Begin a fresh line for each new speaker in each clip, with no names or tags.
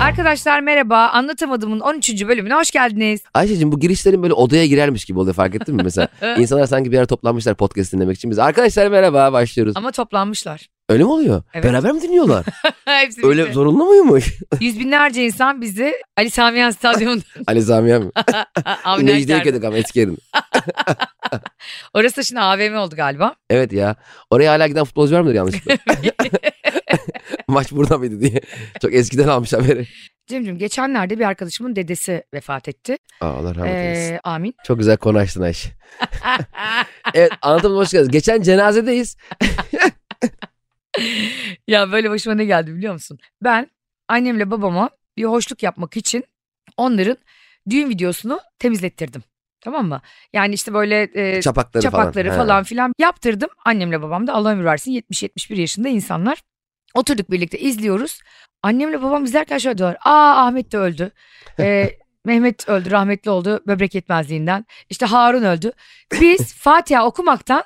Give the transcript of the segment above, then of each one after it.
Arkadaşlar merhaba. Anlatamadığımın 13. bölümüne hoş geldiniz.
Ayşe'cim bu girişlerin böyle odaya girermiş gibi oluyor fark ettin mi? Mesela insanlar sanki bir yere toplanmışlar podcast dinlemek için. Biz arkadaşlar merhaba başlıyoruz.
Ama toplanmışlar.
Öyle mi oluyor?
Evet.
Beraber mi dinliyorlar?
Hepsi
Öyle
bizi.
zorunlu muymuş?
Yüz binlerce insan bizi Ali Sami Yen Stadyumu'nda
Ali Zamiye mi?
Avni
Necde'ye
Aktar'da.
gittik ama eski yerin.
Orası da şimdi AVM oldu galiba.
Evet ya. Oraya hala giden futbolcu var mıdır yanlışlıkla? Maç burada mıydı diye. Çok eskiden almış haberi.
Cemcim geçenlerde bir arkadaşımın dedesi vefat etti.
Aa, Allah rahmet eylesin.
Ee, amin.
Çok güzel konu açtın Ayşe. Evet anlatamadım hoş geldiniz. Geçen cenazedeyiz.
ya böyle başıma ne geldi biliyor musun? Ben annemle babama bir hoşluk yapmak için onların düğün videosunu temizlettirdim. Tamam mı? Yani işte böyle e,
Çapakları,
çapakları
falan.
falan,
Ha.
filan yaptırdım. Annemle babam da Allah ömür versin 70-71 yaşında insanlar. Oturduk birlikte izliyoruz. Annemle babam izlerken şöyle diyorlar. Aa Ahmet de öldü. Ee, Mehmet öldü rahmetli oldu böbrek yetmezliğinden. İşte Harun öldü. Biz Fatiha okumaktan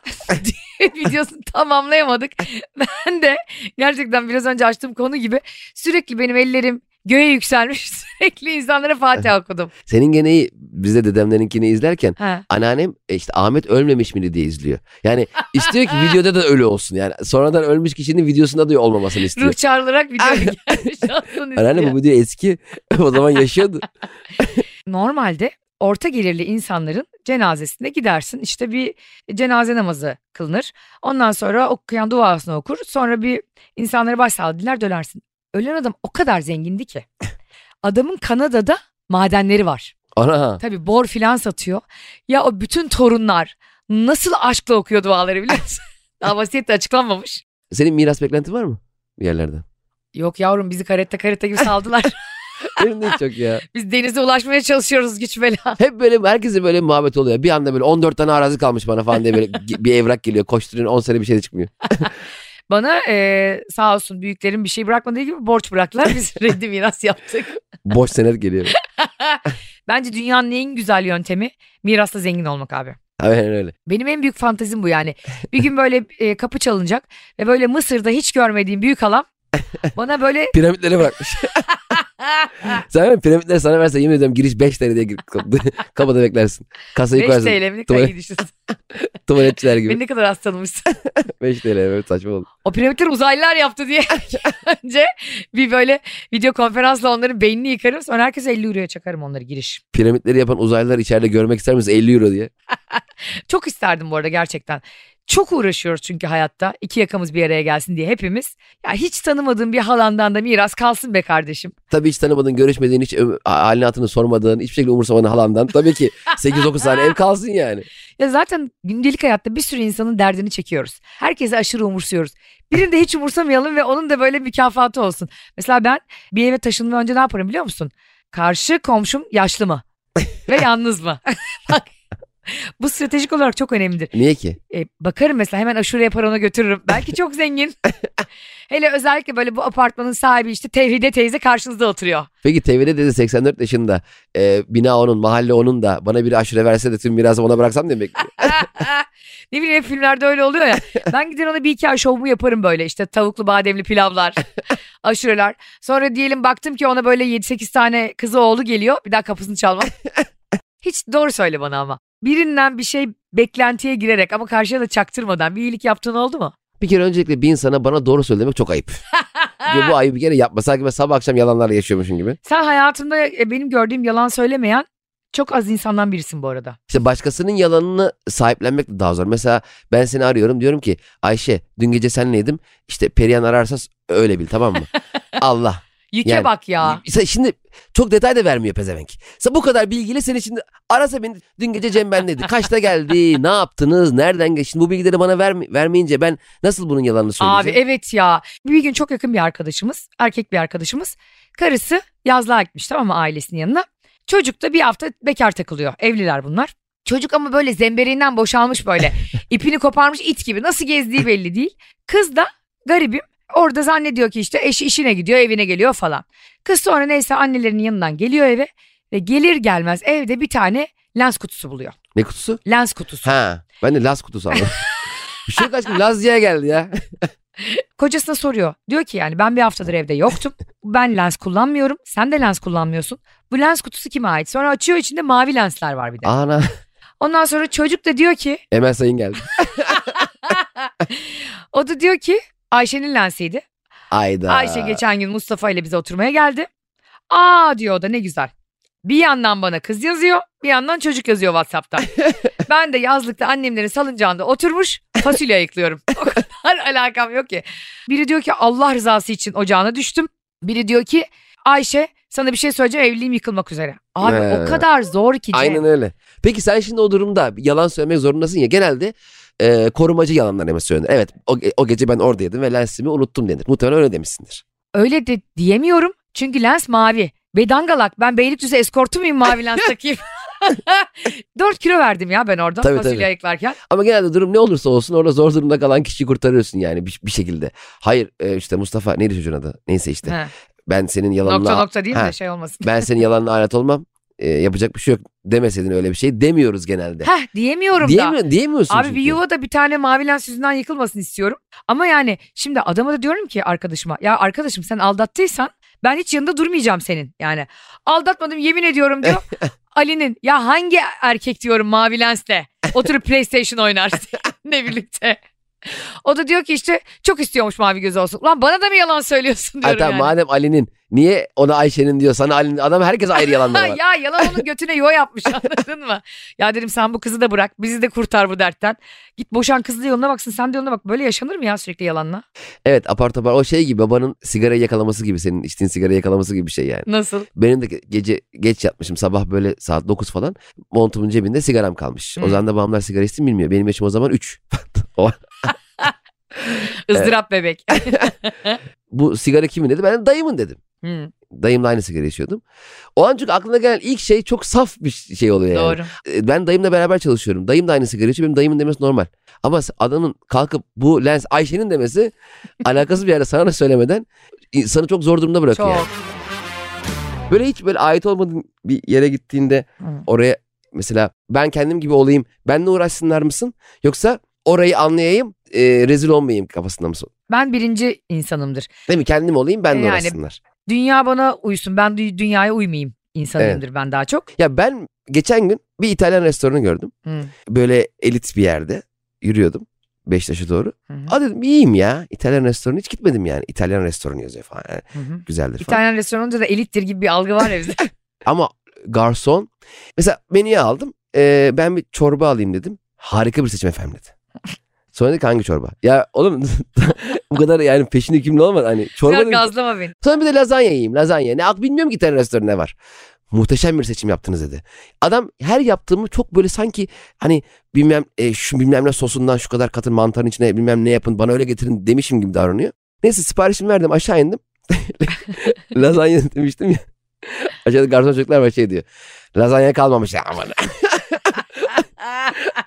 videosunu tamamlayamadık. Ben de gerçekten biraz önce açtığım konu gibi sürekli benim ellerim göğe yükselmiş sürekli insanlara Fatiha okudum.
Senin gene iyi. Biz de dedemlerinkini izlerken
Ha.
anneannem e, işte Ahmet ölmemiş miydi diye izliyor. Yani istiyor ki videoda da ölü olsun. Yani sonradan ölmüş kişinin videosunda da olmamasını istiyor.
Ruh çağrılarak videoya gelmiş olsun istiyor.
Anneannem bu video eski. o zaman yaşıyordu.
normalde orta gelirli insanların cenazesine gidersin. İşte bir cenaze namazı kılınır. Ondan sonra okuyan duasını okur. Sonra bir insanlara başsağlığı diler dönersin. Ölen adam o kadar zengindi ki. Adamın Kanada'da madenleri var.
Ana.
Tabii bor filan satıyor. Ya o bütün torunlar nasıl aşkla okuyor duaları biliyor musun? Daha vasiyette açıklanmamış.
Senin miras beklentin var mı? Bir yerlerden.
Yok yavrum bizi karette karette gibi saldılar.
Benim de hiç yok ya.
Biz denize ulaşmaya çalışıyoruz güç bela.
Hep böyle herkese böyle muhabbet oluyor. Bir anda böyle 14 tane arazi kalmış bana falan diye böyle ge- bir evrak geliyor. Koşturuyor 10 sene bir şey de çıkmıyor.
Bana eee sağ olsun büyüklerin bir şey bırakmadığı gibi borç bıraktılar. Biz reddi miras yaptık.
Boş senet geliyor.
Bence dünyanın en güzel yöntemi mirasla zengin olmak abi.
Aynen öyle.
Benim en büyük fantezim bu yani. Bir gün böyle e, kapı çalınacak ve böyle Mısır'da hiç görmediğim büyük halam bana böyle
Piramitlere bırakmış. Sen mi? Piramitler sana verse yemin ediyorum giriş 5 TL diye gir- kapıda beklersin. Kasayı
5
koyarsın.
TL'mini
Tuvalet-
kaydı düşünsün.
Tuvaletçiler gibi.
Beni ne kadar az tanımışsın.
5 TL evet saçma oldu.
O piramitleri uzaylılar yaptı diye önce bir böyle video konferansla onların beynini yıkarım. Sonra herkese 50 euroya çakarım onları giriş.
Piramitleri yapan uzaylılar içeride görmek ister misiniz 50 euro diye.
Çok isterdim bu arada gerçekten. Çok uğraşıyoruz çünkü hayatta. İki yakamız bir araya gelsin diye hepimiz. Ya hiç tanımadığım bir halandan da miras kalsın be kardeşim.
Tabii hiç tanımadığın, görüşmediğin, hiç ö- halini hatırını sormadığın, hiçbir şekilde umursamadığın halandan. Tabii ki 8-9 tane ev kalsın yani.
Ya zaten gündelik hayatta bir sürü insanın derdini çekiyoruz. Herkese aşırı umursuyoruz. Birini de hiç umursamayalım ve onun da böyle mükafatı olsun. Mesela ben bir eve taşınmadan önce ne yaparım biliyor musun? Karşı komşum yaşlı mı? ve yalnız mı? Bak bu stratejik olarak çok önemlidir.
Niye ki?
E, bakarım mesela hemen aşureye para ona götürürüm. Belki çok zengin. Hele özellikle böyle bu apartmanın sahibi işte Tevhide teyze karşınızda oturuyor.
Peki TV'de dedi 84 yaşında. e, bina onun, mahalle onun da. Bana bir aşure verse de tüm mirasımı ona bıraksam demek.
ne bileyim hep filmlerde öyle oluyor ya. Ben gider ona bir iki ay şovumu yaparım böyle işte tavuklu bademli pilavlar, aşureler. Sonra diyelim baktım ki ona böyle 7-8 tane kızı oğlu geliyor. Bir daha kapısını çalmam. Hiç doğru söyle bana ama. Birinden bir şey beklentiye girerek ama karşıya da çaktırmadan bir iyilik yaptığın oldu mu?
Bir kere öncelikle bir insana bana doğru söylemek çok ayıp. Ve bu ayıbı bir kere yapma. Sanki ben sabah akşam yalanlarla yaşıyormuşum gibi.
Sen hayatımda e, benim gördüğüm yalan söylemeyen çok az insandan birisin bu arada.
İşte başkasının yalanını sahiplenmek de daha zor. Mesela ben seni arıyorum diyorum ki Ayşe dün gece senleydim. İşte Perihan ararsa s- öyle bil tamam mı? Allah.
Yüke
Yani-
bak ya.
Hani Sen Şimdi çok detay da vermiyor pezevenk. Sen bu kadar bilgiyle senin şimdi arasa beni dün gece Cem bendeydi. Kaçta geldi? ne yaptınız? Nereden geçti? Şimdi bu bilgileri bana verme- vermeyince ben nasıl bunun yalanını
Abi
söyleyeceğim?
evet ya. Bir gün çok yakın bir arkadaşımız, erkek bir arkadaşımız. Karısı yazlığa gitmiş tamam mı ailesinin yanına. Çocuk da bir hafta bekar takılıyor. Evliler bunlar. Çocuk ama böyle zembereğinden boşalmış böyle. ipini koparmış it gibi. Nasıl gezdiği belli değil. Kız da garibim orada zannediyor ki işte eşi işine gidiyor evine geliyor falan. Kız sonra neyse annelerinin yanından geliyor eve ve gelir gelmez evde bir tane lens kutusu buluyor.
Ne kutusu?
Lens kutusu.
Ha. Ben de Laz kutusu aldım. Bir şey kaç gün Laz diye geldi ya.
Kocasına soruyor. Diyor ki yani ben bir haftadır evde yoktum. Ben lens kullanmıyorum. Sen de lens kullanmıyorsun. Bu lens kutusu kime ait? Sonra açıyor içinde mavi lensler var bir de.
Ana
Ondan sonra çocuk da diyor ki
Emel Sayın geldi.
o da diyor ki Ayşe'nin lensiydi.
Ayda.
Ayşe geçen gün Mustafa ile bize oturmaya geldi. Aa diyor o da ne güzel. Bir yandan bana kız yazıyor bir yandan çocuk yazıyor Whatsapp'ta. ben de yazlıkta annemlerin salıncağında oturmuş fasulye ayıklıyorum. O kadar alakam yok ki. Biri diyor ki Allah rızası için ocağına düştüm. Biri diyor ki Ayşe sana bir şey söyleyeceğim evliliğim yıkılmak üzere. Abi
Ee,
o kadar zor ki. Cem.
Aynen öyle. Peki sen şimdi o durumda yalan söylemek zorundasın ya genelde e, korumacı yalanlar hemen söylenir. Evet o, ge- o gece ben oradaydım ve lensimi unuttum denir. Muhtemelen öyle demişsindir.
Öyle de diyemiyorum çünkü lens mavi. Bedangalak ben Beylikdüzü eskortu muyum mavi lens takayım? 4 kilo verdim ya ben orada
Tabii,
fasulye
tabii.
ayıklarken.
Ama genelde durum ne olursa olsun orada zor durumda kalan kişiyi kurtarıyorsun yani bir, bir şekilde. Hayır e, işte Mustafa neydi çocuğun adı? Neyse işte
He.
ben senin yalanına...
Nokta nokta değil
Ha.
de şey olmasın.
ben senin yalanına alet olmam. E, yapacak bir şey yok demeseydin öyle bir şey demiyoruz genelde.
Heh diyemiyorum da.
Diyemiyor, diyemiyorsun
Abi
çünkü.
bir yuvada bir tane mavi lens yüzünden yıkılmasın istiyorum. Ama yani şimdi adama da diyorum ki arkadaşıma ya arkadaşım sen aldattıysan ben hiç yanında durmayacağım senin. Yani aldatmadım yemin ediyorum diyor. Ali'nin ya hangi erkek diyorum mavi lensle oturup PlayStation oynar ne birlikte. O da diyor ki işte çok istiyormuş mavi göz olsun. Lan bana da mı yalan söylüyorsun
Ha,
diyorum
tamam,
yani.
madem Ali'nin niye ona Ayşe'nin diyor sana Ali'nin adam herkes ayrı yalanlar var.
ya yalan onun götüne yuva yapmış anladın mı? Ya dedim sen bu kızı da bırak bizi de kurtar bu dertten. Git boşan kızı da yoluna baksın sen de yoluna bak. Böyle yaşanır mı ya sürekli yalanla?
Evet apar topar o şey gibi babanın sigarayı yakalaması gibi senin içtiğin sigarayı yakalaması gibi bir şey yani.
Nasıl?
Benim de ge- gece geç yatmışım sabah böyle saat 9 falan montumun cebinde sigaram kalmış.
Hı.
O zaman da babamlar sigara içsin bilmiyor. Benim yaşım o zaman 3.
Izdırap bebek.
Bu sigara kimin dedi ben de dayımın dedim.
Hı,
Dayımla aynı sigara içiyordum. O an çünkü aklına gelen ilk şey çok saf bir şey oluyor yani.
Doğru.
E, Ben dayımla beraber çalışıyorum. Dayım da aynı sigara içiyor. Benim dayımın demesi normal. Ama s- adamın kalkıp bu lens Ayşe'nin demesi alakasız bir yerde sana da söylemeden insanı çok zor durumda bırakıyor. yani.
Çok.
Böyle hiç böyle ait olmadığın bir yere gittiğinde
Hı.
oraya mesela ben kendim gibi olayım benle uğraşsınlar mısın? Yoksa orayı anlayayım e, rezil olmayayım kafasında mısın?
Ben birinci insanımdır.
Değil mi kendim olayım benle
Yani-
uğraşsınlar.
Dünya bana uysun ben dü- dünyaya uymayayım insanımdır ben daha çok.
Ya ben geçen gün bir İtalyan restoranı gördüm.
Hı,
Böyle elit bir yerde yürüyordum Beşiktaş'a doğru.
hı,
Aa dedim iyiyim ya İtalyan restoranı hiç gitmedim yani. İtalyan restoranı yazıyor falan yani,
hı, hı.
güzeldir falan.
İtalyan restoranında da elittir gibi bir algı var ya bizde.
Ama garson mesela menüyü aldım. Ee, ben bir çorba alayım dedim. Harika bir seçim efendim dedi. Sonra dedi ki hangi çorba? Ya oğlum bu kadar yani peşin hükümlü olmadı. Hani çorba
Sen
dedim.
gazlama beni.
Sonra bir de lazanya yiyeyim lazanya. Ne ak bilmiyorum ki tane restoran ne var. Muhteşem bir seçim yaptınız dedi. Adam her yaptığımı çok böyle sanki hani bilmem e, şu bilmem ne sosundan şu kadar katın mantarın içine bilmem ne yapın bana öyle getirin demişim gibi davranıyor. Neyse siparişimi verdim aşağı indim. lazanya demiştim ya. Aşağıda garson çocuklar var şey diyor. Lazanya kalmamış ya aman.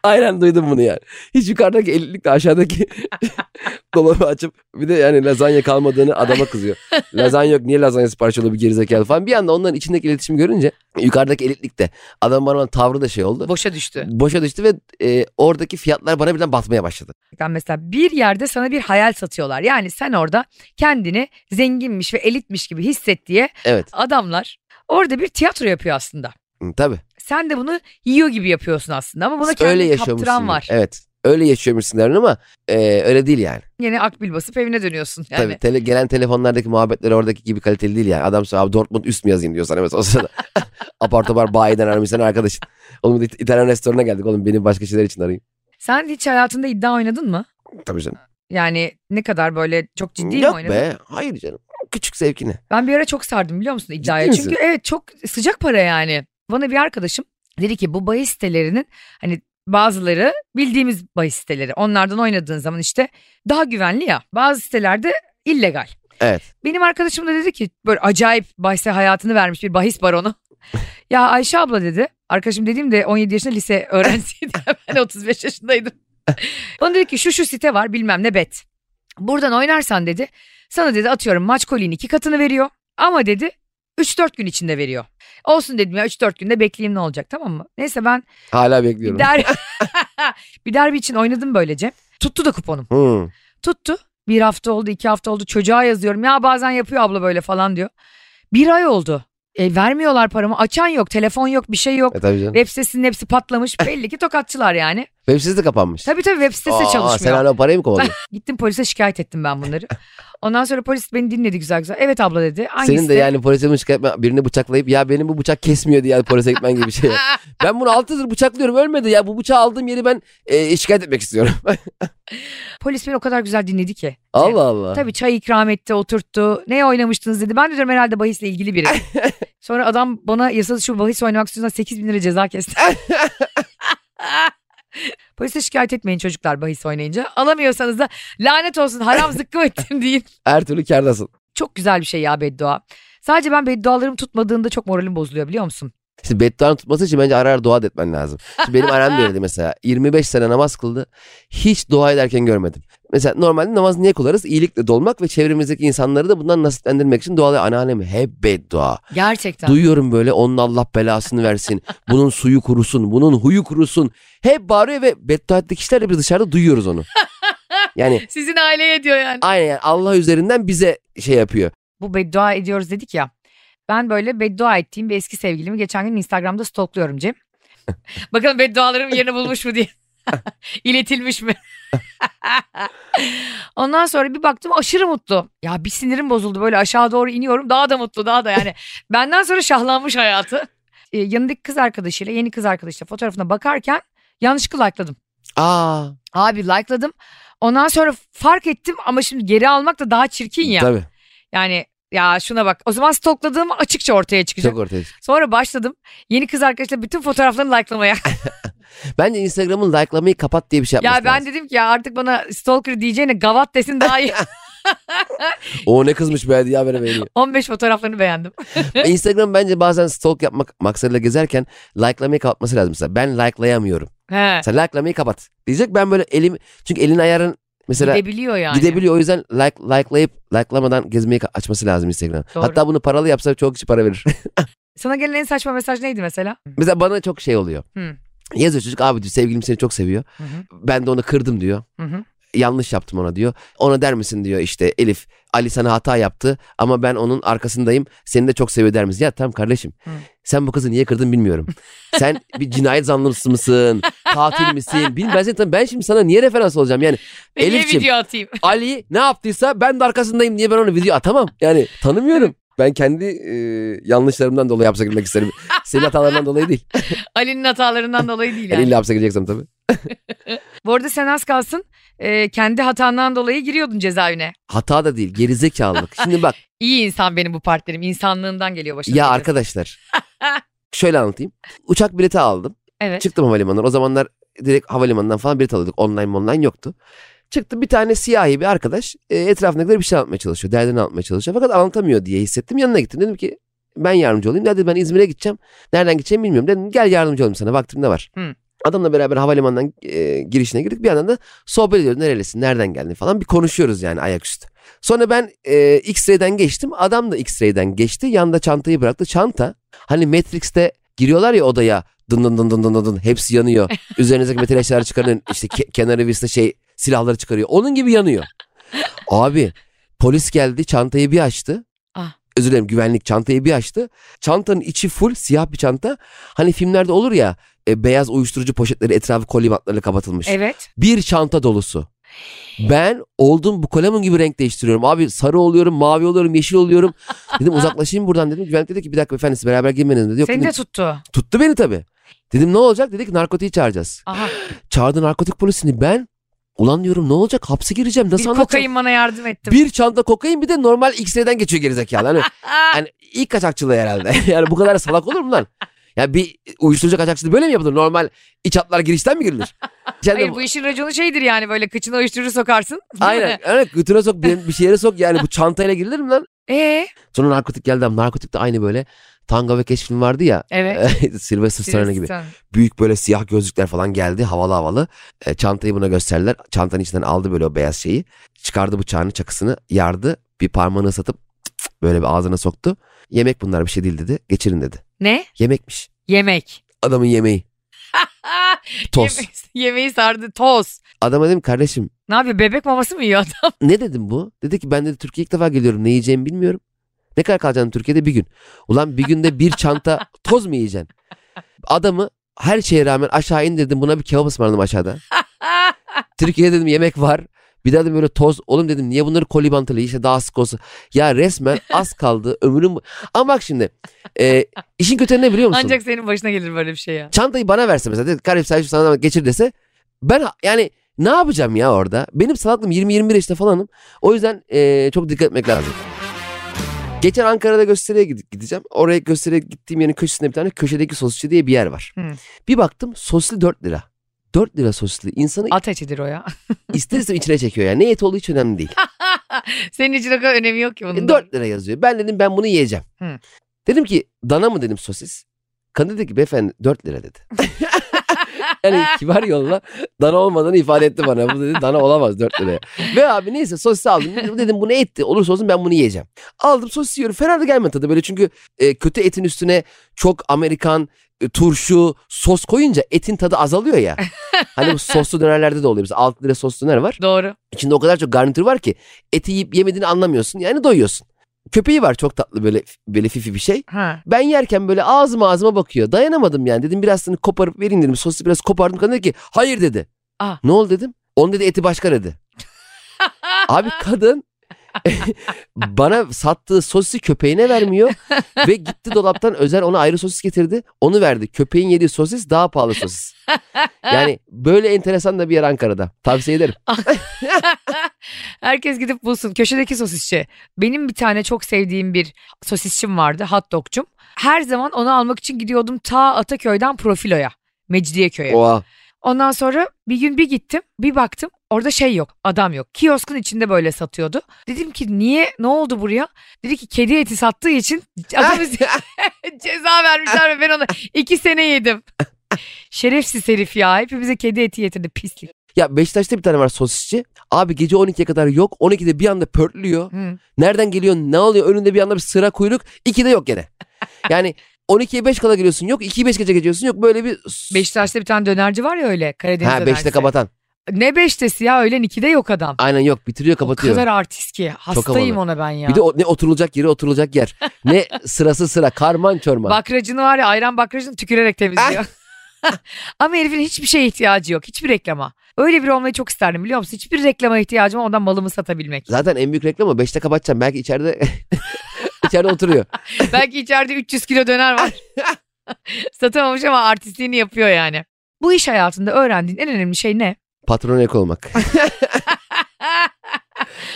Aynen duydum bunu yani. Hiç yukarıdaki ellilikle aşağıdaki dolabı açıp bir de yani lazanya kalmadığını adama kızıyor. lazanya yok niye lazanya sipariş oluyor bir gerizekalı falan. Bir anda onların içindeki iletişimi görünce yukarıdaki elitlikte adam bana olan tavrı da şey oldu.
Boşa düştü.
Boşa düştü ve e, oradaki fiyatlar bana birden batmaya başladı.
gerçekten mesela bir yerde sana bir hayal satıyorlar. Yani sen orada kendini zenginmiş ve elitmiş gibi hisset diye
Evet
adamlar orada bir tiyatro yapıyor aslında.
Hı, tabii.
Sen de bunu yiyor gibi yapıyorsun aslında ama buna
öyle
kendini kaptıran
yaşıyormuşsun.
var.
Evet öyle yaşıyormuşsun derler ama e, öyle değil yani.
Yine akbil basıp evine dönüyorsun yani.
Tabii tele- gelen telefonlardaki muhabbetler oradaki gibi kaliteli değil yani. Adam sonra abi Dortmund üst mü yazayım diyor sana mesela o sırada. apar topar bayiden aramış sen arkadaşın. Oğlum İt- İtalyan restoranına geldik oğlum benim başka şeyler için arayın.
Sen hiç hayatında iddia oynadın mı?
Tabii canım.
Yani ne kadar böyle çok ciddi mi
Yok
oynadın?
be hayır canım. Küçük zevkine.
Ben bir ara çok sardım biliyor musun iddiaya.
Ciddi
Çünkü evet çok sıcak para yani. Bana bir arkadaşım dedi ki bu bahis sitelerinin hani bazıları bildiğimiz bahis siteleri. Onlardan oynadığın zaman işte daha güvenli ya. Bazı sitelerde illegal.
Evet.
Benim arkadaşım da dedi ki böyle acayip bahse hayatını vermiş bir bahis baronu. ya Ayşe abla dedi. Arkadaşım dediğim de 17 yaşında lise öğrencisiydi. ben 35 yaşındaydım. Bana dedi ki şu şu site var bilmem ne bet. Buradan oynarsan dedi sana dedi atıyorum maç kolinin iki katını veriyor. Ama dedi 3-4 gün içinde veriyor. Olsun dedim ya 3-4 günde bekleyeyim ne olacak tamam mı? Neyse ben
Hala
bir
bekliyorum.
derbi, bir derbi için oynadım böylece. Tuttu da kuponum.
Hmm.
Tuttu. Bir hafta oldu, iki hafta oldu. Çocuğa yazıyorum. Ya bazen yapıyor abla böyle falan diyor. Bir ay oldu. E, vermiyorlar paramı. Açan yok, telefon yok, bir şey yok.
E tabii canım.
Web sitesinin hepsi patlamış. Belli ki tokatçılar yani.
Web sitesi de kapanmış.
Tabii tabii web sitesi de
Aa,
çalışmıyor.
Sen hala parayı mı kovalıyorsun?
Gittim polise şikayet ettim ben bunları. Ondan sonra polis beni dinledi güzel güzel. Evet abla dedi. Hangisi
Senin de yani polise mi şikayet birini bıçaklayıp ya benim bu bıçak kesmiyordu yani polise gitmen gibi bir şey. Ben bunu 6 yıldır bıçaklıyorum ölmedi ya bu bıçağı aldığım yeri ben e, şikayet etmek istiyorum.
Polis beni o kadar güzel dinledi ki.
Allah Allah.
Tabii çay ikram etti, oturttu. Ne oynamıştınız dedi. Ben de diyorum herhalde bahisle ilgili biri. Sonra adam bana yasa şu bahis oynamak yüzünden 8 bin lira ceza kesti. Polise şikayet etmeyin çocuklar bahis oynayınca. Alamıyorsanız da lanet olsun haram zıkkım ettim deyin.
Her türlü kardasın.
Çok güzel bir şey ya beddua. Sadece ben beddualarım tutmadığında çok moralim bozuluyor biliyor musun?
İşte bedduanın tutması için bence ara ara dua da etmen lazım. Şimdi benim annem de öyleydi mesela. 25 sene namaz kıldı. Hiç dua ederken görmedim. Mesela normalde namaz niye kılarız? İyilikle dolmak ve çevremizdeki insanları da bundan nasiplendirmek için dualı anneannem hep beddua.
Gerçekten.
Duyuyorum böyle onun Allah belasını versin. bunun suyu kurusun. Bunun huyu kurusun. Hep bağırıyor ve beddua ettiği kişiler de biz dışarıda duyuyoruz onu. Yani
Sizin aileye diyor yani.
aynen yani Allah üzerinden bize şey yapıyor.
bu beddua ediyoruz dedik ya. Ben böyle beddua ettiğim bir eski sevgilimi geçen gün Instagram'da stalkluyorum Cem. Bakalım beddualarım yerini bulmuş mu diye. İletilmiş mi? Ondan sonra bir baktım aşırı mutlu. Ya bir sinirim bozuldu böyle aşağı doğru iniyorum daha da mutlu daha da yani. Benden sonra şahlanmış hayatı. Ee, yanındaki kız arkadaşıyla yeni kız arkadaşla fotoğrafına bakarken yanlışlıkla likeladım.
Aa,
Abi likeladım. Ondan sonra fark ettim ama şimdi geri almak da daha çirkin ya.
tabii.
Yani ya şuna bak. O zaman stokladığım açıkça ortaya çıkacak.
Çok ortaya
Sonra başladım. Yeni kız arkadaşla bütün fotoğraflarını like'lamaya.
Bence Instagram'ın likelamayı kapat diye bir şey yapması
ya ben
lazım.
dedim ki ya artık bana stalker diyeceğine gavat desin daha iyi.
O ne kızmış be ya böyle beğeniyor.
15 fotoğraflarını beğendim.
Instagram bence bazen stalk yapmak maksadıyla gezerken likelamayı kapatması lazım. Mesela ben likelayamıyorum.
He.
Sen likelamayı kapat. Diyecek ben böyle elim çünkü elin ayarın mesela
Gidebiliyor yani.
gidebiliyor. O yüzden like likelayıp likelamadan gezmeyi ka- açması lazım Instagram.
Doğru.
Hatta bunu paralı yapsa çok kişi para verir.
Sana gelen en saçma mesaj neydi mesela?
mesela bana çok şey oluyor.
Hı.
Yazıyor çocuk abi diyor sevgilim seni çok seviyor.
Hı hı,
Ben de onu kırdım diyor.
hı hı.
yanlış yaptım ona diyor. Ona der misin diyor işte Elif Ali sana hata yaptı ama ben onun arkasındayım. Seni de çok seviyor der misin? Ya tamam kardeşim
Hı.
sen bu kızı niye kırdın bilmiyorum. sen bir cinayet zanlısı mısın? Katil misin? Bilmem ben, seni tanım- ben şimdi sana niye referans olacağım yani.
Ve niye
Elif'ciğim.
video atayım?
Ali ne yaptıysa ben de arkasındayım diye ben ona video atamam. Yani tanımıyorum. Ben kendi e, yanlışlarımdan dolayı hapse girmek isterim. Senin hatalarından dolayı değil.
Ali'nin hatalarından dolayı değil
Yani
yani.
illa hapse gireceksem tabii.
Bu arada sen az kalsın e, kendi hatandan dolayı giriyordun cezaevine.
Hata da değil gerizekalılık. Şimdi bak
İyi insan benim bu partnerim. İnsanlığından geliyor başına.
Ya
dedim.
arkadaşlar. şöyle anlatayım. Uçak bileti aldım.
Evet.
Çıktım havalimanından. O zamanlar direkt havalimanından falan bilet alıyorduk. Online online yoktu. Çıktı bir tane siyahi bir arkadaş e, etrafındakileri bir şey anlatmaya çalışıyor. Derdini anlatmaya çalışıyor. Fakat anlatamıyor diye hissettim. Yanına gittim. Dedim ki ben yardımcı olayım. Dedi ben İzmir'e gideceğim. Nereden gideceğimi bilmiyorum. Dedim gel yardımcı olayım sana. Vaktim de var.
Hı.
Adamla beraber havalimanından e, girişine girdik. Bir yandan da sohbet ediyoruz. Nerelisin? Nereden geldin falan. Bir konuşuyoruz yani ayaküstü. Sonra ben e, X-Ray'den geçtim. Adam da X-Ray'den geçti. Yanında çantayı bıraktı. Çanta hani Matrix'te giriyorlar ya odaya. Dın dın dın dın dın dın dın. Hepsi yanıyor. Üzerinizdeki metal eşyaları çıkarın. İşte ke- kenarı virüsle şey silahları çıkarıyor. Onun gibi yanıyor. Abi polis geldi çantayı bir açtı.
Ah.
Özür dilerim güvenlik çantayı bir açtı. Çantanın içi full siyah bir çanta. Hani filmlerde olur ya e, beyaz uyuşturucu poşetleri etrafı kolimatlarla kapatılmış.
Evet.
Bir çanta dolusu. Ben oldum bu kolamın gibi renk değiştiriyorum. Abi sarı oluyorum, mavi oluyorum, yeşil oluyorum. Dedim uzaklaşayım buradan dedim. Güvenlik dedi ki bir dakika efendim siz beraber girmeniz dedi. Yok,
Seni
dedim,
de tuttu.
tuttu beni tabii. Dedim ne olacak? Dedi ki narkotiği çağıracağız.
Aha.
Çağırdı narkotik polisini ben. Ulan diyorum ne olacak? Hapse gireceğim. Nasıl
bir
anlatacağım?
kokain bana yardım etti.
Bir çanta kokain bir de normal X-ray'den geçiyor gerizekalı. Hani,
Aa,
hani ilk kaçakçılığı herhalde. Yani bu kadar salak olur mu lan? Ya bir uyuşturucu kaçakçılığı böyle mi yapılır? Normal iç hatlar girişten mi girilir? Yani
Hayır bu işin raconu şeydir yani böyle kıçına uyuşturucu sokarsın. değil mi?
Aynen. Aynen götüne sok bir, bir şeye sok yani bu çantayla girilir mi lan?
Ee,
Sonra narkotik geldi ama narkotik de aynı böyle Tango ve Keş film vardı ya.
evet.
Sylvester Stallone gibi.
Tristan.
Büyük böyle siyah gözlükler falan geldi havalı havalı. E, çantayı buna gösterdiler. Çantanın içinden aldı böyle o beyaz şeyi. Çıkardı bıçağını çakısını yardı. Bir parmağını ıslatıp cık cık böyle bir ağzına soktu. Yemek bunlar bir şey değil dedi. Geçirin dedi.
Ne?
Yemekmiş.
Yemek.
Adamın yemeği.
Aa,
Toz.
Ah, Yemeği, yemeği sardı toz.
Adama dedim kardeşim
Ne yapıyor bebek maması mı yiyor adam?
Ne dedim bu? Dedi ki ben de Türkiye'ye ilk defa geliyorum. Ne yiyeceğimi bilmiyorum. Ne kadar kalacağım Türkiye'de bir gün. Ulan bir günde bir çanta toz mu yiyeceksin? Adamı her şeye rağmen aşağı indirdim. Buna bir kebap ısmarladım aşağıda.
Ah.
Türkiye'de dedim yemek var. Bir daha dedim böyle toz. Oğlum dedim niye bunları kolibantılı işte daha sık olsun. Ya resmen az kaldı ömrüm. bu- Ama bak şimdi e, işin kötü ne biliyor musun?
Ancak senin başına gelir böyle bir şey ya.
Çantayı bana verse mesela. Dedi, Kardeşim sen şu sana geçir dese. Ben ha- yani ne yapacağım ya orada? Benim salaklığım 20-21 işte falanım. O yüzden e, çok dikkat etmek lazım. Geçen Ankara'da gösteriye gid- gideceğim. Oraya gösteriye gittiğim yerin köşesinde bir tane köşedeki sosisçi diye bir yer var.
Hı.
Bir baktım sosisli 4 lira. 4 lira sosisli. İnsanı
At açıdır o ya.
ister istemez içine çekiyor yani. Ne et olduğu hiç önemli değil.
Senin için o kadar önemi yok ki bunun.
E, 4 lira yazıyor. Ben dedim ben bunu yiyeceğim.
Hı.
Dedim ki dana mı dedim sosis. Kadın dedi ki beyefendi 4 lira dedi. yani kibar yolla dana olmadığını ifade etti bana. Bu dedi dana olamaz 4 liraya. Ve abi neyse sosis aldım. Dedim bu ne etti olursa olsun ben bunu yiyeceğim. Aldım sosis yiyorum. Fena da gelmedi tadı böyle çünkü e, kötü etin üstüne çok Amerikan e, turşu, sos koyunca etin tadı azalıyor ya. hani bu soslu dönerlerde de oluyor. Biz 6 lira soslu döner var.
Doğru.
İçinde o kadar çok garnitür var ki eti yiyip yemediğini anlamıyorsun. Yani doyuyorsun. Köpeği var çok tatlı böyle böyle fifi bir şey.
Ha.
Ben yerken böyle ağzıma ağzıma bakıyor. Dayanamadım yani. Dedim biraz seni koparıp vereyim dedim. Sosu biraz kopardım. Kadın dedi ki hayır dedi.
Aa.
Ne oldu dedim. Onun dedi eti başka dedi. Abi kadın bana sattığı sosisi köpeğine vermiyor. ve gitti dolaptan özel ona ayrı sosis getirdi. Onu verdi. Köpeğin yediği sosis daha pahalı sosis. Yani böyle enteresan da bir yer Ankara'da. Tavsiye ederim.
Herkes gidip bulsun. Köşedeki sosisçi. Benim bir tane çok sevdiğim bir sosisçim vardı. Hot dogcum. Her zaman onu almak için gidiyordum ta Ataköy'den Profilo'ya. Mecidiyeköy'e.
Oha.
Ondan sonra bir gün bir gittim bir baktım orada şey yok adam yok. Kioskun içinde böyle satıyordu. Dedim ki niye ne oldu buraya? Dedi ki kedi eti sattığı için adam ceza vermişler ve ben ona iki sene yedim. Şerefsiz herif ya hepimize kedi eti getirdi pislik.
Ya Beşiktaş'ta bir tane var sosisçi. Abi gece 12'ye kadar yok. 12'de bir anda pörtlüyor.
Hı.
Nereden geliyor ne oluyor önünde bir anda bir sıra kuyruk. 2'de yok gene. Yani 12'ye 5 kala geliyorsun yok. 2'yi 5 gece geçiyorsun yok. Böyle bir... s-
Beşiktaş'ta bir tane dönerci var ya öyle Karadeniz
Ha 5'te
dönercisi.
kapatan.
Ne beştesi ya öğlen ikide yok adam.
Aynen yok bitiriyor kapatıyor.
O kadar artist ki hastayım
havalı.
ona ben ya.
Bir de o, ne oturulacak yeri oturulacak yer. ne sırası sıra karman çorman.
Bakracını var ya ayran bakracını tükürerek temizliyor. Ama herifin hiçbir şeye ihtiyacı yok. Hiçbir reklama. Öyle biri olmayı çok isterdim biliyor musun? Hiçbir reklama ihtiyacım olmadan malımı satabilmek.
Zaten en büyük reklam o. 5'te kapatacağım. Belki içeride içeride oturuyor.
Belki içeride 300 kilo döner var. Satamamış ama artistliğini yapıyor yani. Bu iş hayatında öğrendiğin en önemli şey ne?
Patrona ek olmak.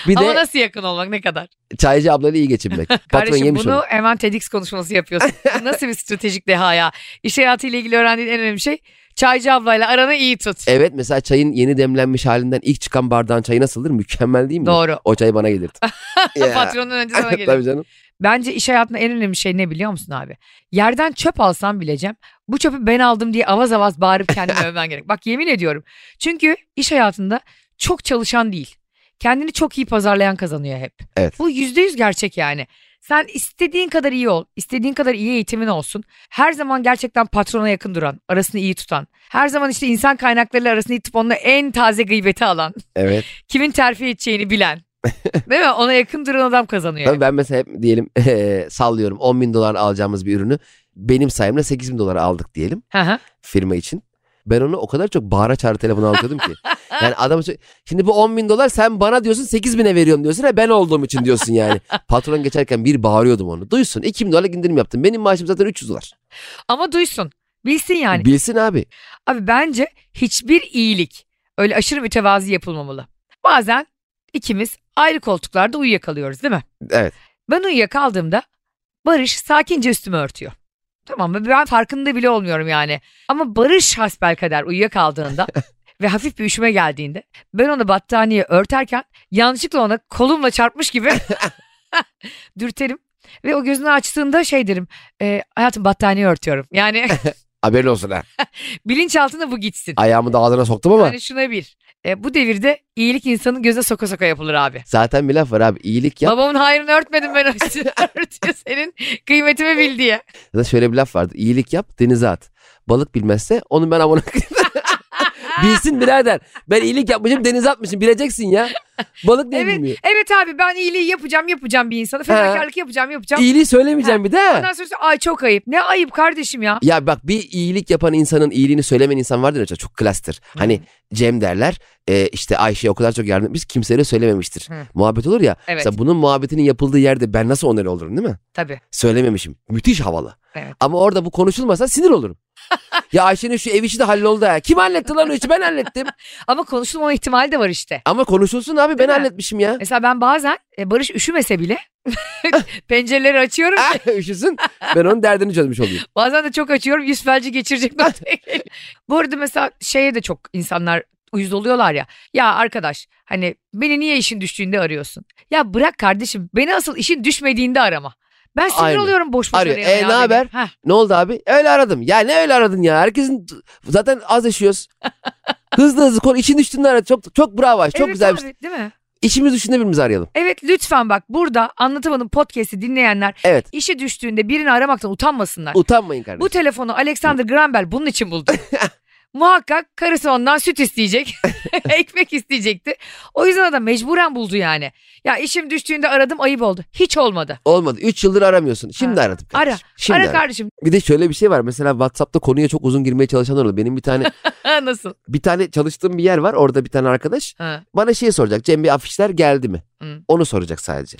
bir
ama
de
nasıl yakın olmak ne kadar?
çaycı ablayla iyi geçinmek. Patron
Kardeşim
yemiş
bunu
onu.
hemen TEDx konuşması yapıyorsun. Bu nasıl bir stratejik deha ya? İş hayatıyla ilgili öğrendiğin en önemli şey çaycı ablayla aranı iyi tut.
Evet mesela çayın yeni demlenmiş halinden ilk çıkan bardağın çayı nasıldır? Mükemmel değil mi?
Doğru.
O çay bana gelirdi. Ya.
Patronun önce sana gelir.
Tabii canım.
Bence iş hayatında en önemli şey ne biliyor musun abi? Yerden çöp alsam bileceğim. Bu çöpü ben aldım diye avaz avaz bağırıp kendimi övmen gerek. Bak yemin ediyorum. Çünkü iş hayatında çok çalışan değil. Kendini çok iyi pazarlayan kazanıyor hep.
Evet.
Bu yüzde yüz gerçek yani. Sen istediğin kadar iyi ol, istediğin kadar iyi eğitimin olsun. Her zaman gerçekten patrona yakın duran, arasını iyi tutan. Her zaman işte insan kaynaklarıyla arasını iyi tutup onunla en taze gıybeti alan.
Evet.
Kimin terfi edeceğini bilen. Değil mi? Ona yakın duran adam kazanıyor.
Tabii ben mesela hep diyelim sallıyorum 10 bin dolar alacağımız bir ürünü benim sayemle 8 bin dolara aldık diyelim
Hı hı.
firma için. Ben onu o kadar çok bağıra çağrı telefonu alıyordum ki. Yani adam şimdi bu 10 bin dolar sen bana diyorsun 8 bine veriyorum diyorsun. Ha ben olduğum için diyorsun yani. Patron geçerken bir bağırıyordum onu. Duysun 2 bin dolarlık indirim yaptım. Benim maaşım zaten 300 dolar.
Ama duysun. Bilsin yani.
Bilsin abi.
Abi bence hiçbir iyilik öyle aşırı mütevazi yapılmamalı. Bazen ikimiz ayrı koltuklarda uyuyakalıyoruz değil mi?
Evet.
Ben uyuyakaldığımda Barış sakince üstümü örtüyor. Tamam mı? Ben farkında bile olmuyorum yani. Ama Barış hasbelkader uyuyakaldığında ve hafif bir üşüme geldiğinde ben onu battaniye örterken yanlışlıkla ona kolumla çarpmış gibi dürterim. Ve o gözünü açtığında şey derim. "E, hayatım battaniye örtüyorum. Yani
Haberin olsun ha.
bilinçaltına bu gitsin.
Ayağımı da ağzına soktum ama.
Yani şuna bir. E, bu devirde iyilik insanın göze soka soka yapılır abi.
Zaten bir laf var abi. iyilik yap.
Babamın hayrını örtmedim ben örtüyor senin kıymetimi bil diye.
Ya da şöyle bir laf vardı. İyilik yap denize at. Balık bilmezse onu ben amına Bilsin birader. Ben iyilik yapmışım denize atmışım. Bileceksin ya. Balık diye
Evet.
bilmiyor.
Evet abi ben iyiliği yapacağım yapacağım bir insana. Fedakarlık yapacağım yapacağım.
İyiliği söylemeyeceğim bir de.
Ondan sonra ay çok ayıp. Ne ayıp kardeşim ya.
Ya bak bir iyilik yapan insanın iyiliğini söylemeyen insan vardır ya çok klastır. Hani Cem derler e, işte Ayşe o kadar çok yardım etmiş kimseye de söylememiştir.
Hı.
Muhabbet olur ya.
Evet
Mesela bunun muhabbetinin yapıldığı yerde ben nasıl onları olurum değil mi?
tabii.
Söylememişim. Müthiş havalı.
Evet.
Ama orada bu konuşulmasa sinir olurum. ya Ayşe'nin şu ev işi de halloldu ha. Kim halletti lan o işi ben hallettim.
Ama konuşulmama ihtimali de var işte.
Ama konuşulsun abi ben
mi?
halletmişim ya.
Mesela ben bazen e, Barış üşümese bile pencereleri açıyorum.
Ah, Üşüsün ben onun derdini çözmüş olayım.
Bazen de çok açıyorum yüz felci geçirecek noktaya geliyor. Bu arada mesela şeye de çok insanlar uyuz oluyorlar ya. Ya arkadaş hani beni niye işin düştüğünde arıyorsun? Ya bırak kardeşim beni asıl işin düşmediğinde arama. Ben sinir
Aynen.
oluyorum boş boş
Arıyor.
arayana
E,
ya
ne
beni.
haber?
Heh.
Ne oldu abi? Öyle aradım. Ya ne öyle aradın ya? Herkesin zaten az yaşıyoruz. Hızlı hızlı konu için düştüğünde ara. Çok çok bravo. Çok
Evet
güzel bir şey.
abi, değil mi?
İçimiz düşünde birbirimizi arayalım.
Evet lütfen bak burada anlatamadım podcast'i dinleyenler
Evet.
işi düştüğünde birini aramaktan utanmasınlar.
Utanmayın kardeşim.
Bu telefonu Alexander Graham Bell bunun için buldu. Muhakkak karısı ondan süt isteyecek. Ekmek isteyecekti. O yüzden adam mecburen buldu yani. Ya işim düştüğünde aradım ayıp oldu. Hiç olmadı.
Olmadı. 3 yıldır aramıyorsun. Şimdi
Ha.
aradım. kardeşim. Şimdi
Ara
aradım.
kardeşim.
Bir de şöyle bir şey var. Mesela WhatsApp'ta konuya çok uzun girmeye çalışanlar oldu. Benim bir tane
Ha, Nasıl?
bir tane çalıştığım bir yer var. Orada bir tane arkadaş
Ha.
bana şey soracak. Cem Bey afişler geldi mi?
Hı.
Onu soracak sadece.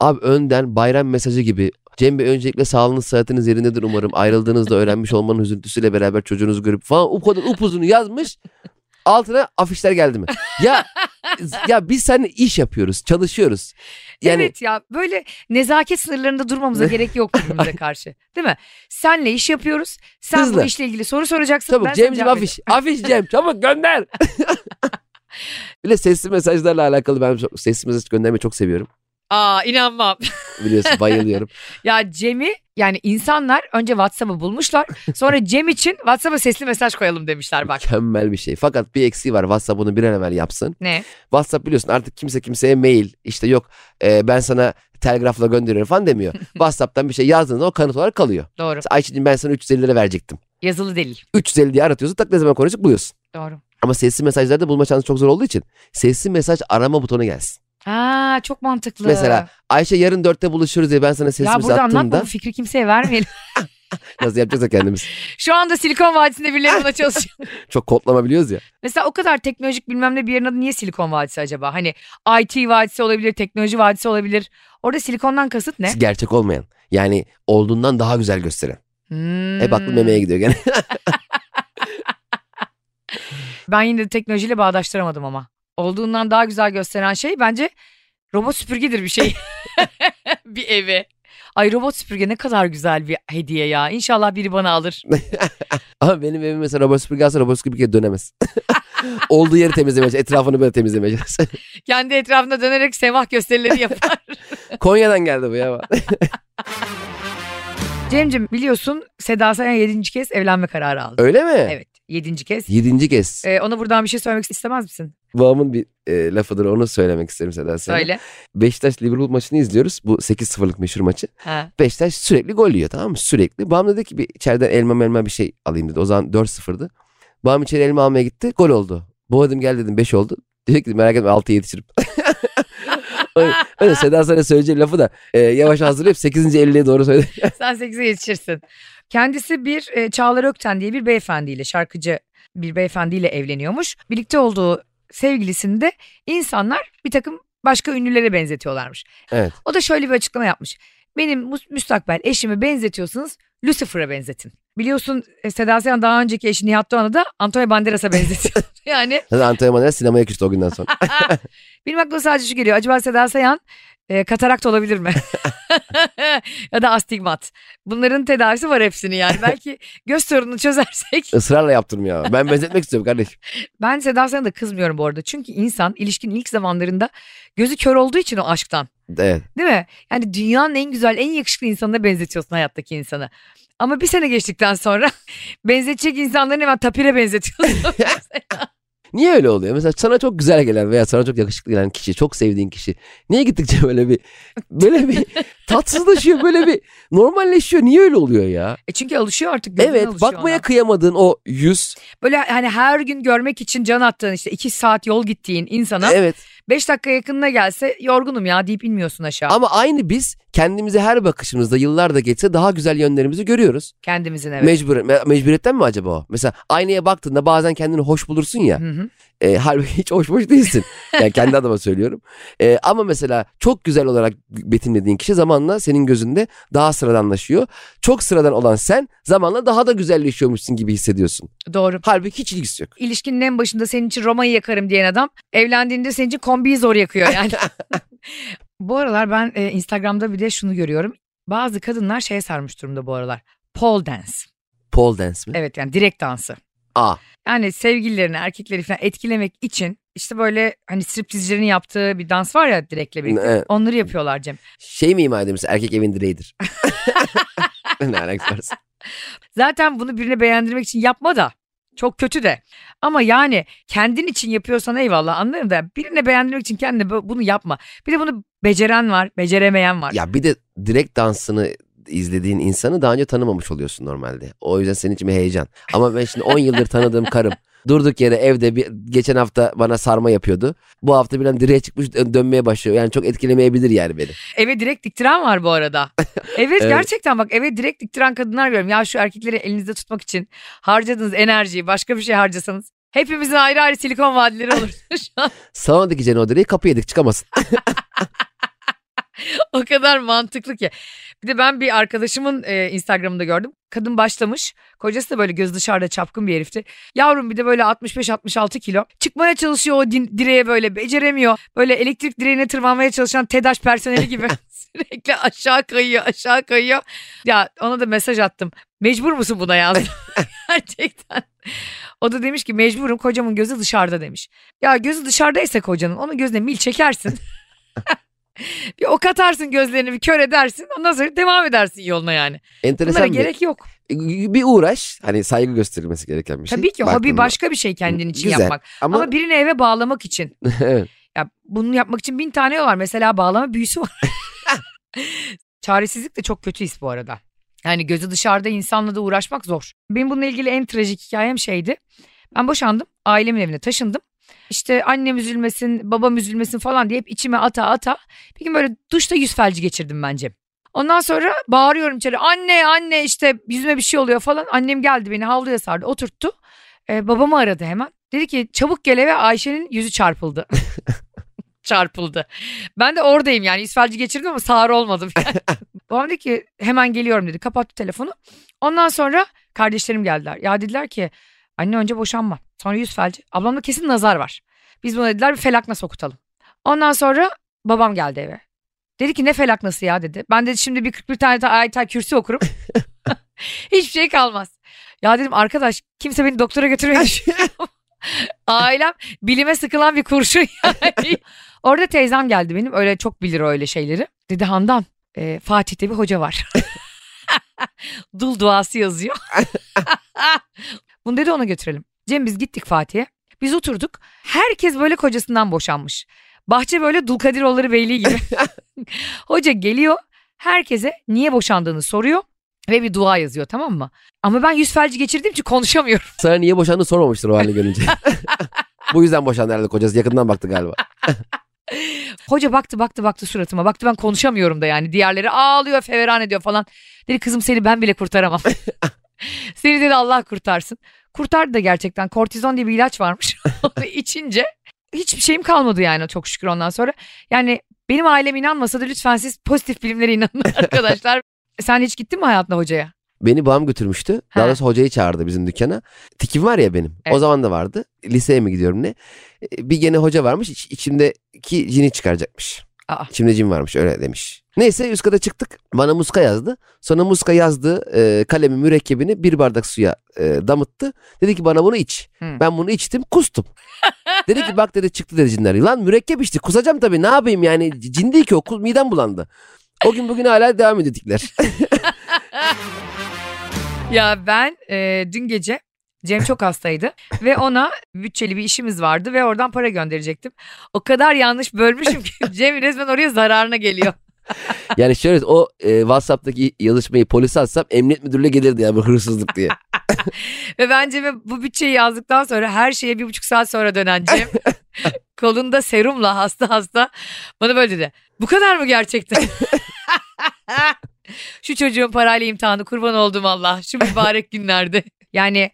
Abi önden bayram mesajı gibi Cem Bey öncelikle sağlığınız sıhhatiniz yerindedir umarım. Ayrıldığınızda öğrenmiş olmanın üzüntüsüyle beraber çocuğunuzu görüp falan o kadar upuzunu yazmış. Altına afişler geldi mi? Ya ya biz seninle iş yapıyoruz, çalışıyoruz. Yani
Evet ya böyle nezaket sınırlarında durmamıza gerek yok birbirimize karşı. Değil mi? Senle iş yapıyoruz. Sen
Hızlı.
bu işle ilgili soru soracaksın.
Çabuk
ben sana
Cem'ciğim
cevap
afiş. Afiş Cem çabuk gönder. Bir de sesli mesajlarla alakalı ben çok, sesli mesaj göndermeyi çok seviyorum.
vereceğim. Aa inanmam.
Biliyorsun bayılıyorum.
Ya Cem'i yani insanlar önce WhatsApp'ı bulmuşlar. Sonra Cem için WhatsApp'a sesli mesaj koyalım demişler bak.
Mükemmel bir şey. Fakat bir eksiği var. WhatsApp bunu bir an evvel yapsın.
Ne?
WhatsApp biliyorsun artık kimse kimseye mail işte yok e, ben sana telgrafla gönderiyorum falan demiyor. WhatsApp'tan bir şey yazdığında o kanıt olarak kalıyor.
Doğru.
Mesela Ayşe'cim ben sana 350 lira verecektim.
Yazılı delil.
350 diye aratıyorsun tak ne zaman konuşacak buluyorsun.
Doğru.
Ama sesli mesajlarda bulma şansı çok zor olduğu için sesli mesaj arama butonu gelsin.
Aa çok mantıklı.
Mesela Ayşe yarın dörtte buluşuruz diye ben sana sesli
ya
mesaj
burada anlatma
attığımda
bu fikri kimseye vermeyelim.
Nasıl yapacaksak kendimiz.
Şu anda Silikon Vadisi'nde birileri buna çalışıyor.
Çok kodlama biliyoruz ya.
Mesela o kadar teknolojik bilmem ne bir yerin adı niye Silikon Vadisi acaba? Hani IT Vadisi olabilir, teknoloji vadisi olabilir. Orada silikondan kasıt ne?
Gerçek olmayan. Yani olduğundan daha güzel gösteren.
Hmm.
Hep aklım E, memeye gidiyor gene.
Ben yine de teknolojiyle bağdaştıramadım ama. Olduğundan daha güzel gösteren şey bence robot süpürgedir bir şey. bir evi. Ay robot süpürge ne kadar güzel bir hediye ya. İnşallah biri bana alır.
Ama benim evim mesela robot süpürge alsa robot süpürge dönemez. Olduğu yeri temizlemeye çalışır. Etrafını böyle temizlemeye çalışır.
Kendi etrafında dönerek sevah gösterileri yapar.
Konya'dan geldi bu ya.
Cem'cim biliyorsun Seda Sayan 7. kez evlenme kararı aldı.
Öyle mi?
Evet 7. kez.
Yedinci kez.
Ee, ona buradan bir şey söylemek istemez misin?
Babamın bir e, lafıdır onu söylemek isterim Seda sana.
Söyle.
Beşiktaş Liverpool maçını izliyoruz. Bu 8-0'lık meşhur maçı.
Ha.
Beşiktaş sürekli gol yiyor tamam mı? Sürekli. Babam dedi ki bir içeriden elma melma bir şey alayım dedi. O zaman 4-0'dı. Babam içeri elma almaya gitti. Gol oldu. Bu adım gel dedim 5 oldu. Dedi ki merak etme 6'ya yetişirim. öyle, öyle Seda sana söyleyeceğim lafı da e, yavaş hazırlayıp 8. 50'ye doğru söyledi.
Sen 8'e yetişirsin. Kendisi bir e, Çağlar Ökten diye bir beyefendiyle şarkıcı bir beyefendiyle evleniyormuş. Birlikte olduğu sevgilisini de insanlar bir takım başka ünlülere benzetiyorlarmış.
Evet.
O da şöyle bir açıklama yapmış. Benim mus- müstakbel eşimi benzetiyorsunuz Lucifer'a benzetin. Biliyorsun e, Seda Sayan daha önceki eşi Nihat Doğan'ı da Antonio Banderas'a benzetiyor. yani
Zaten Antonio Banderas sinemaya küstü o günden sonra.
benim aklıma sadece şu geliyor. Acaba Seda Sayan e, katarakt olabilir mi? ya da astigmat. Bunların tedavisi var hepsini yani. Belki göz sorununu çözersek.
Israrla yaptırmıyor. ama. Ben benzetmek istiyorum kardeşim.
Ben Seda Sayan'a da kızmıyorum bu arada. Çünkü insan ilişkinin ilk zamanlarında gözü kör olduğu için o aşktan.
Evet.
Değil mi? Yani dünyanın en güzel, en yakışıklı insanına benzetiyorsun hayattaki insanı. Ama bir sene geçtikten sonra benzetecek insanların hemen tapire benzetiyorsun.
Niye öyle oluyor? Mesela sana çok güzel gelen veya sana çok yakışıklı gelen kişi, çok sevdiğin kişi. Niye gittikçe böyle bir böyle bir tatsızlaşıyor, böyle bir normalleşiyor. Niye öyle oluyor ya?
E çünkü alışıyor artık. gözün
Evet,
alışıyor
bakmaya
ona.
kıyamadığın o yüz.
Böyle hani her gün görmek için can attığın işte iki saat yol gittiğin insana
Evet.
5 dakika yakınına gelse yorgunum ya deyip inmiyorsun aşağı
Ama aynı biz kendimizi her bakışımızda yıllar da geçse daha güzel yönlerimizi görüyoruz.
kendimizin evet.
Mecbur me- mecburiyetten mi acaba o? Mesela aynaya baktığında bazen kendini hoş bulursun ya.
Hı hı.
E, halbuki hiç hoş boş değilsin. Yani kendi adıma söylüyorum. E, ama mesela çok güzel olarak betimlediğin kişi zamanla senin gözünde daha sıradanlaşıyor. Çok sıradan olan sen zamanla daha da güzelleşiyormuşsun gibi hissediyorsun.
Doğru.
Halbuki hiç ilgisi yok.
İlişkinin en başında senin için Roma'yı yakarım diyen adam evlendiğinde senin için kombiyi zor yakıyor yani. bu aralar ben e, Instagram'da bir de şunu görüyorum. Bazı kadınlar şeye sarmış durumda bu aralar. Pole dance.
Pole dance mi?
Evet yani direkt dansı.
Aa,
Yani sevgililerini erkekleri falan etkilemek için işte böyle hani striptizcilerin yaptığı bir dans var ya direktle birlikte.
Evet.
Onları yapıyorlar Cem.
E, şey mi ima ediyorsun? Erkek evin direğidir. ne alakası var?
Zaten bunu birine beğendirmek için yapma da. Çok kötü de. Ama yani kendin için yapıyorsan eyvallah anlarım da birine beğendirmek için kendine bu- bunu yapma. Bir de bunu beceren var, beceremeyen var.
Ya bir de direkt dansını izlediğin insanı daha önce tanımamış oluyorsun normalde. O yüzden senin için bir heyecan. Ama ben şimdi 10 yıldır tanıdığım karım durduk yere evde bir, geçen hafta bana sarma yapıyordu. Bu hafta birden direğe çıkmış dö- dönmeye başlıyor. Yani çok etkilemeyebilir yani beni.
Eve direkt diktiren var bu arada. Evet,
Evet.
gerçekten bak eve direkt diktiren kadınlar görüyorum. Ya şu erkekleri elinizde tutmak için harcadığınız enerjiyi başka bir şey harcasanız. Hepimizin ayrı ayrı silikon vadileri olur. Şu an
Salona dikeceğin o direği kapı yedik çıkamasın.
o kadar mantıklı ki. Bir de ben bir arkadaşımın e, Instagram'ında gördüm. Kadın başlamış. Kocası da böyle göz dışarıda çapkın bir herifti. Yavrum bir de böyle 65-66 kilo. Çıkmaya çalışıyor o din- direğe böyle beceremiyor. Böyle elektrik direğine tırmanmaya çalışan E TEDAŞ personeli gibi. Sürekli aşağı kayıyor aşağı kayıyor. Ya ona da mesaj attım. Mecbur musun buna yazdım. Gerçekten. O da demiş ki mecburum kocamın gözü dışarıda demiş. Ya gözü dışarıdaysa kocanın onun gözüne mil çekersin. Bir ok atarsın gözlerini bir kör edersin. Ondan sonra devam edersin yoluna yani. Bunlara
Enteresan bir,
gerek yok.
bir uğraş. Hani saygı gösterilmesi gereken bir şey.
Tabii ki hobi
Baktığında.
başka bir şey kendin için
Güzel.
yapmak. Ama,
Ama,
birini eve bağlamak için.
Evet.
Ya bunu yapmak için bin tane yol var. Mesela bağlama büyüsü var. Çaresizlik de çok kötü his bu arada. Yani gözü dışarıda insanla da uğraşmak zor. Benim bununla ilgili en trajik hikayem şeydi. Ben boşandım. Ailemin evine taşındım. İşte annem üzülmesin, babam üzülmesin falan diye hep içime ata ata. Bir gün böyle duşta yüz felci geçirdim bence. Ondan sonra bağırıyorum içeri anne anne işte yüzüme bir şey oluyor falan. Annem geldi beni havluya sardı oturttu. Ee, babamı aradı hemen. Dedi ki çabuk gel eve Ayşe'nin yüzü çarpıldı. çarpıldı. Ben de oradayım yani yüz felci geçirdim ama sağır olmadım. Babam dedi ki hemen geliyorum dedi. Kapattı telefonu. Ondan sonra kardeşlerim geldiler. Ya dediler ki anne önce boşanma. Sonra yüz felci. Ablamda kesin nazar var. Biz buna dediler bir felakna sokutalım. Ondan sonra babam geldi eve. Dedi ki ne felaknası ya dedi. Ben dedi şimdi bir 41 tane ta- ayetel kürsü okurum. Hiçbir şey kalmaz. Ya dedim arkadaş kimse beni doktora götürmüyor. Ailem bilime sıkılan bir kurşun yani. Orada teyzem geldi benim. Öyle çok bilir öyle şeyleri. Dedi Handan e, Fatih'te bir hoca var. Dul duası yazıyor. Bunu dedi ona götürelim. Cem biz gittik Fatih'e. Biz oturduk. Herkes böyle kocasından boşanmış. Bahçe böyle Dulkadiroğulları Beyliği gibi. Hoca geliyor. Herkese niye boşandığını soruyor. Ve bir dua yazıyor tamam mı? Ama ben yüz felci geçirdiğim için konuşamıyorum.
sana niye boşandığını sormamıştır o halini görünce. Bu yüzden boşandı herhalde kocası. Yakından baktı galiba.
Hoca baktı baktı baktı suratıma. Baktı ben konuşamıyorum da yani. Diğerleri ağlıyor feveran ediyor falan. Dedi kızım seni ben bile kurtaramam. seni dedi Allah kurtarsın. Kurtardı da gerçekten. Kortizon diye bir ilaç varmış. Onu içince hiçbir şeyim kalmadı yani çok şükür ondan sonra. Yani benim ailem inanmasa da lütfen siz pozitif bilimlere inanın arkadaşlar. Sen hiç gittin mi hayatında hocaya?
Beni babam götürmüştü. Daha
Ha.
doğrusu hocayı çağırdı bizim dükkana. Tikim var ya benim. O
Evet.
zaman da vardı. Liseye mi gidiyorum ne? E, Bir gene hoca varmış. iç- içimdeki cini çıkaracakmış.
Aa.
İçimde cin varmış öyle demiş. Neyse üst kata çıktık. Bana muska yazdı. Sonra muska yazdığı e, kalemi mürekkebini bir bardak suya e, damıttı. Dedi ki bana bunu iç.
Hmm.
Ben bunu içtim kustum. dedi ki bak dedi çıktı dedi cinler. Lan mürekkep içti kusacağım tabii ne yapayım yani cin değil ki o kus- midem bulandı. O gün bugün hala devam edildikler.
Ya ben e, dün gece Cem çok hastaydı ve ona bütçeli bir işimiz vardı ve oradan para gönderecektim. O kadar yanlış bölmüşüm ki Cem resmen oraya zararına geliyor.
Yani şöyle o e, WhatsApp'taki yazışmayı polise atsam emniyet müdürlüğe gelirdi ya bu hırsızlık diye.
Ve ben Cem'e bu bütçeyi yazdıktan sonra her şeye bir buçuk saat sonra dönen Cem kolunda serumla hasta hasta bana böyle dedi. Bu kadar mı gerçekten? Şu çocuğun parayla imtihanı kurban oldum Allah şu mübarek günlerde. Yani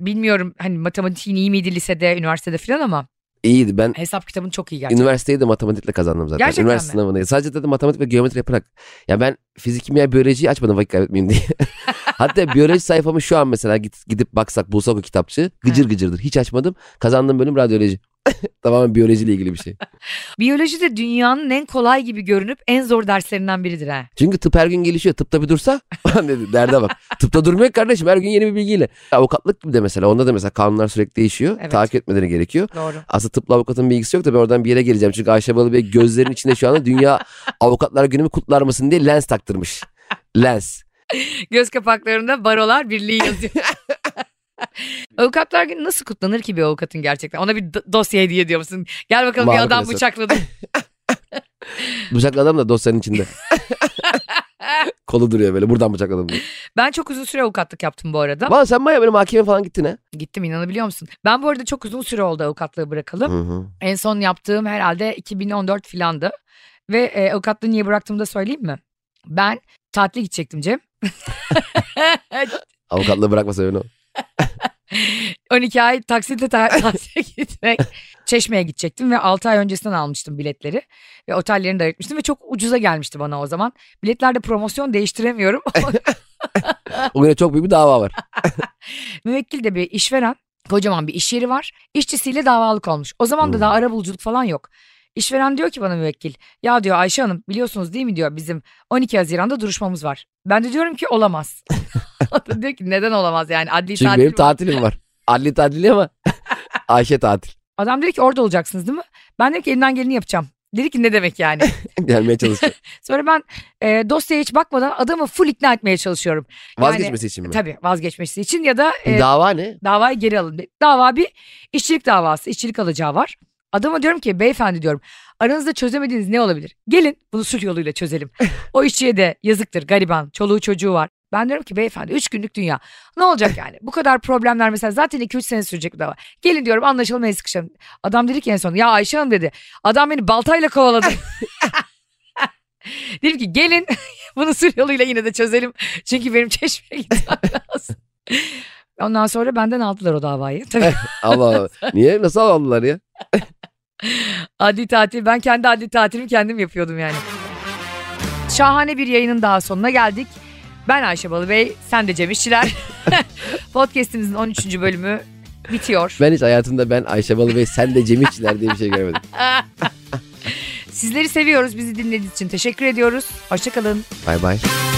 bilmiyorum hani matematiğin iyi miydi lisede, üniversitede falan ama
İyiydi ben
hesap kitabın çok iyi gerçekten.
üniversiteyi de matematikle kazandım zaten.
Gerçekten mi?
Üniversite sınavını. Sadece dedim matematik ve geometri yaparak. Ya ben fizik, kimya, biyolojiyi açmadım vakit kaybetmeyeyim diye. Hatta biyoloji sayfamı şu an mesela git, gidip baksak bulsak o kitapçı gıcır
Evet.
gıcırdır. Hiç açmadım. Kazandığım bölüm radyoloji. Tamamen biyolojiyle ilgili bir şey.
Biyoloji de dünyanın en kolay gibi görünüp en zor derslerinden biridir ha.
Çünkü tıp her gün gelişiyor. Tıpta bir dursa ulan dedi, derde bak. Tıpta durmuyor ki kardeşim her gün yeni bir bilgiyle. Avukatlık gibi de mesela onda da mesela kanunlar sürekli değişiyor.
Evet.
Takip etmeleri gerekiyor.
Doğru.
Aslında tıpla avukatın bilgisi yok da ben oradan bir yere geleceğim. Çünkü Ayşe Balıbey gözlerinin içinde şu anda Dünya Avukatlar Günü'nü kutlar mısın diye lens taktırmış. Lens.
Göz kapaklarında barolar birliği yazıyor. Avukatlar günü nasıl kutlanır ki bir avukatın gerçekten? Ona bir do- dosya hediye ediyor musun? Gel bakalım bir
Mağlup
adam
resim.
bıçakladı.
Bıçaklı adam da dosyanın içinde. Kolu duruyor böyle buradan bıçakladım diye.
Ben çok uzun süre avukatlık yaptım bu arada.
Valla sen baya böyle mahkeme falan gittin ha.
Gittim inanabiliyor musun? Ben bu arada çok uzun süre oldu avukatlığı bırakalım.
Hı hı.
En son yaptığım herhalde 2014 filandı. Ve e, avukatlığı niye bıraktığımı da söyleyeyim mi? Ben tatile gidecektim Cem.
Avukatlığı bırakmasa öyle.
12 ay taksitle ta- tatile gitmek. Çeşme'ye gidecektim ve 6 ay öncesinden almıştım biletleri. Ve otellerini de ayırtmıştım ve çok ucuza gelmişti bana o zaman. Biletlerde promosyon değiştiremiyorum.
O güne çok büyük bir dava var.
Müvekkil de bir işveren. Kocaman bir iş yeri var. İşçisiyle davalık olmuş. O zaman da
Hmm.
daha ara buluculuk falan yok. İşveren diyor ki bana müvekkil. Ya diyor Ayşe Hanım biliyorsunuz değil mi diyor bizim 12 Haziran'da duruşmamız var. Ben de diyorum ki olamaz. O da diyor ki neden olamaz yani adli
Çünkü
tatil
benim
var."
tatilim var. Adli tatil ama Ayşe tatil.
Adam dedi ki orada olacaksınız değil mi? Ben dedim ki elimden geleni yapacağım. Dedi ki ne demek yani?
Gelmeye çalışıyor.
Sonra ben e, dosyaya hiç bakmadan adamı full ikna etmeye çalışıyorum.
Vazgeçmesi için mi?
Tabii vazgeçmesi için ya da e,
Bir dava ne?
davayı geri alın. Dava bir işçilik davası, işçilik alacağı var. Adama diyorum ki beyefendi diyorum aranızda çözemediğiniz ne olabilir? Gelin bunu sulh yoluyla çözelim. o işçiye de yazıktır gariban çoluğu çocuğu var. Ben diyorum ki beyefendi 3 günlük dünya ne olacak yani bu kadar problemler mesela zaten 2-3 sene sürecek bir dava. Gelin diyorum anlaşalım en sıkışalım. Adam dedi ki en son ya Ayşe Hanım dedi adam beni baltayla kovaladı. Dedim ki gelin bunu sulh yoluyla yine de çözelim. Çünkü benim çeşmeye gitmem lazım. Ondan sonra benden aldılar o davayı. Tabii
Allah Allah. Niye? Nasıl aldılar ya?
Adli tatil. Ben kendi adli tatilimi kendim yapıyordum yani. Şahane bir yayının daha sonuna geldik. Ben Ayşe Balıbey, sen de Cem İşçiler. Podcast'imizin 13. bölümü bitiyor.
Ben hiç hayatımda ben Ayşe Balıbey sen de Cem İşçiler diye bir şey görmedim.
Sizleri seviyoruz. Bizi dinlediğiniz için teşekkür ediyoruz. Hoşçakalın.
Bay bay.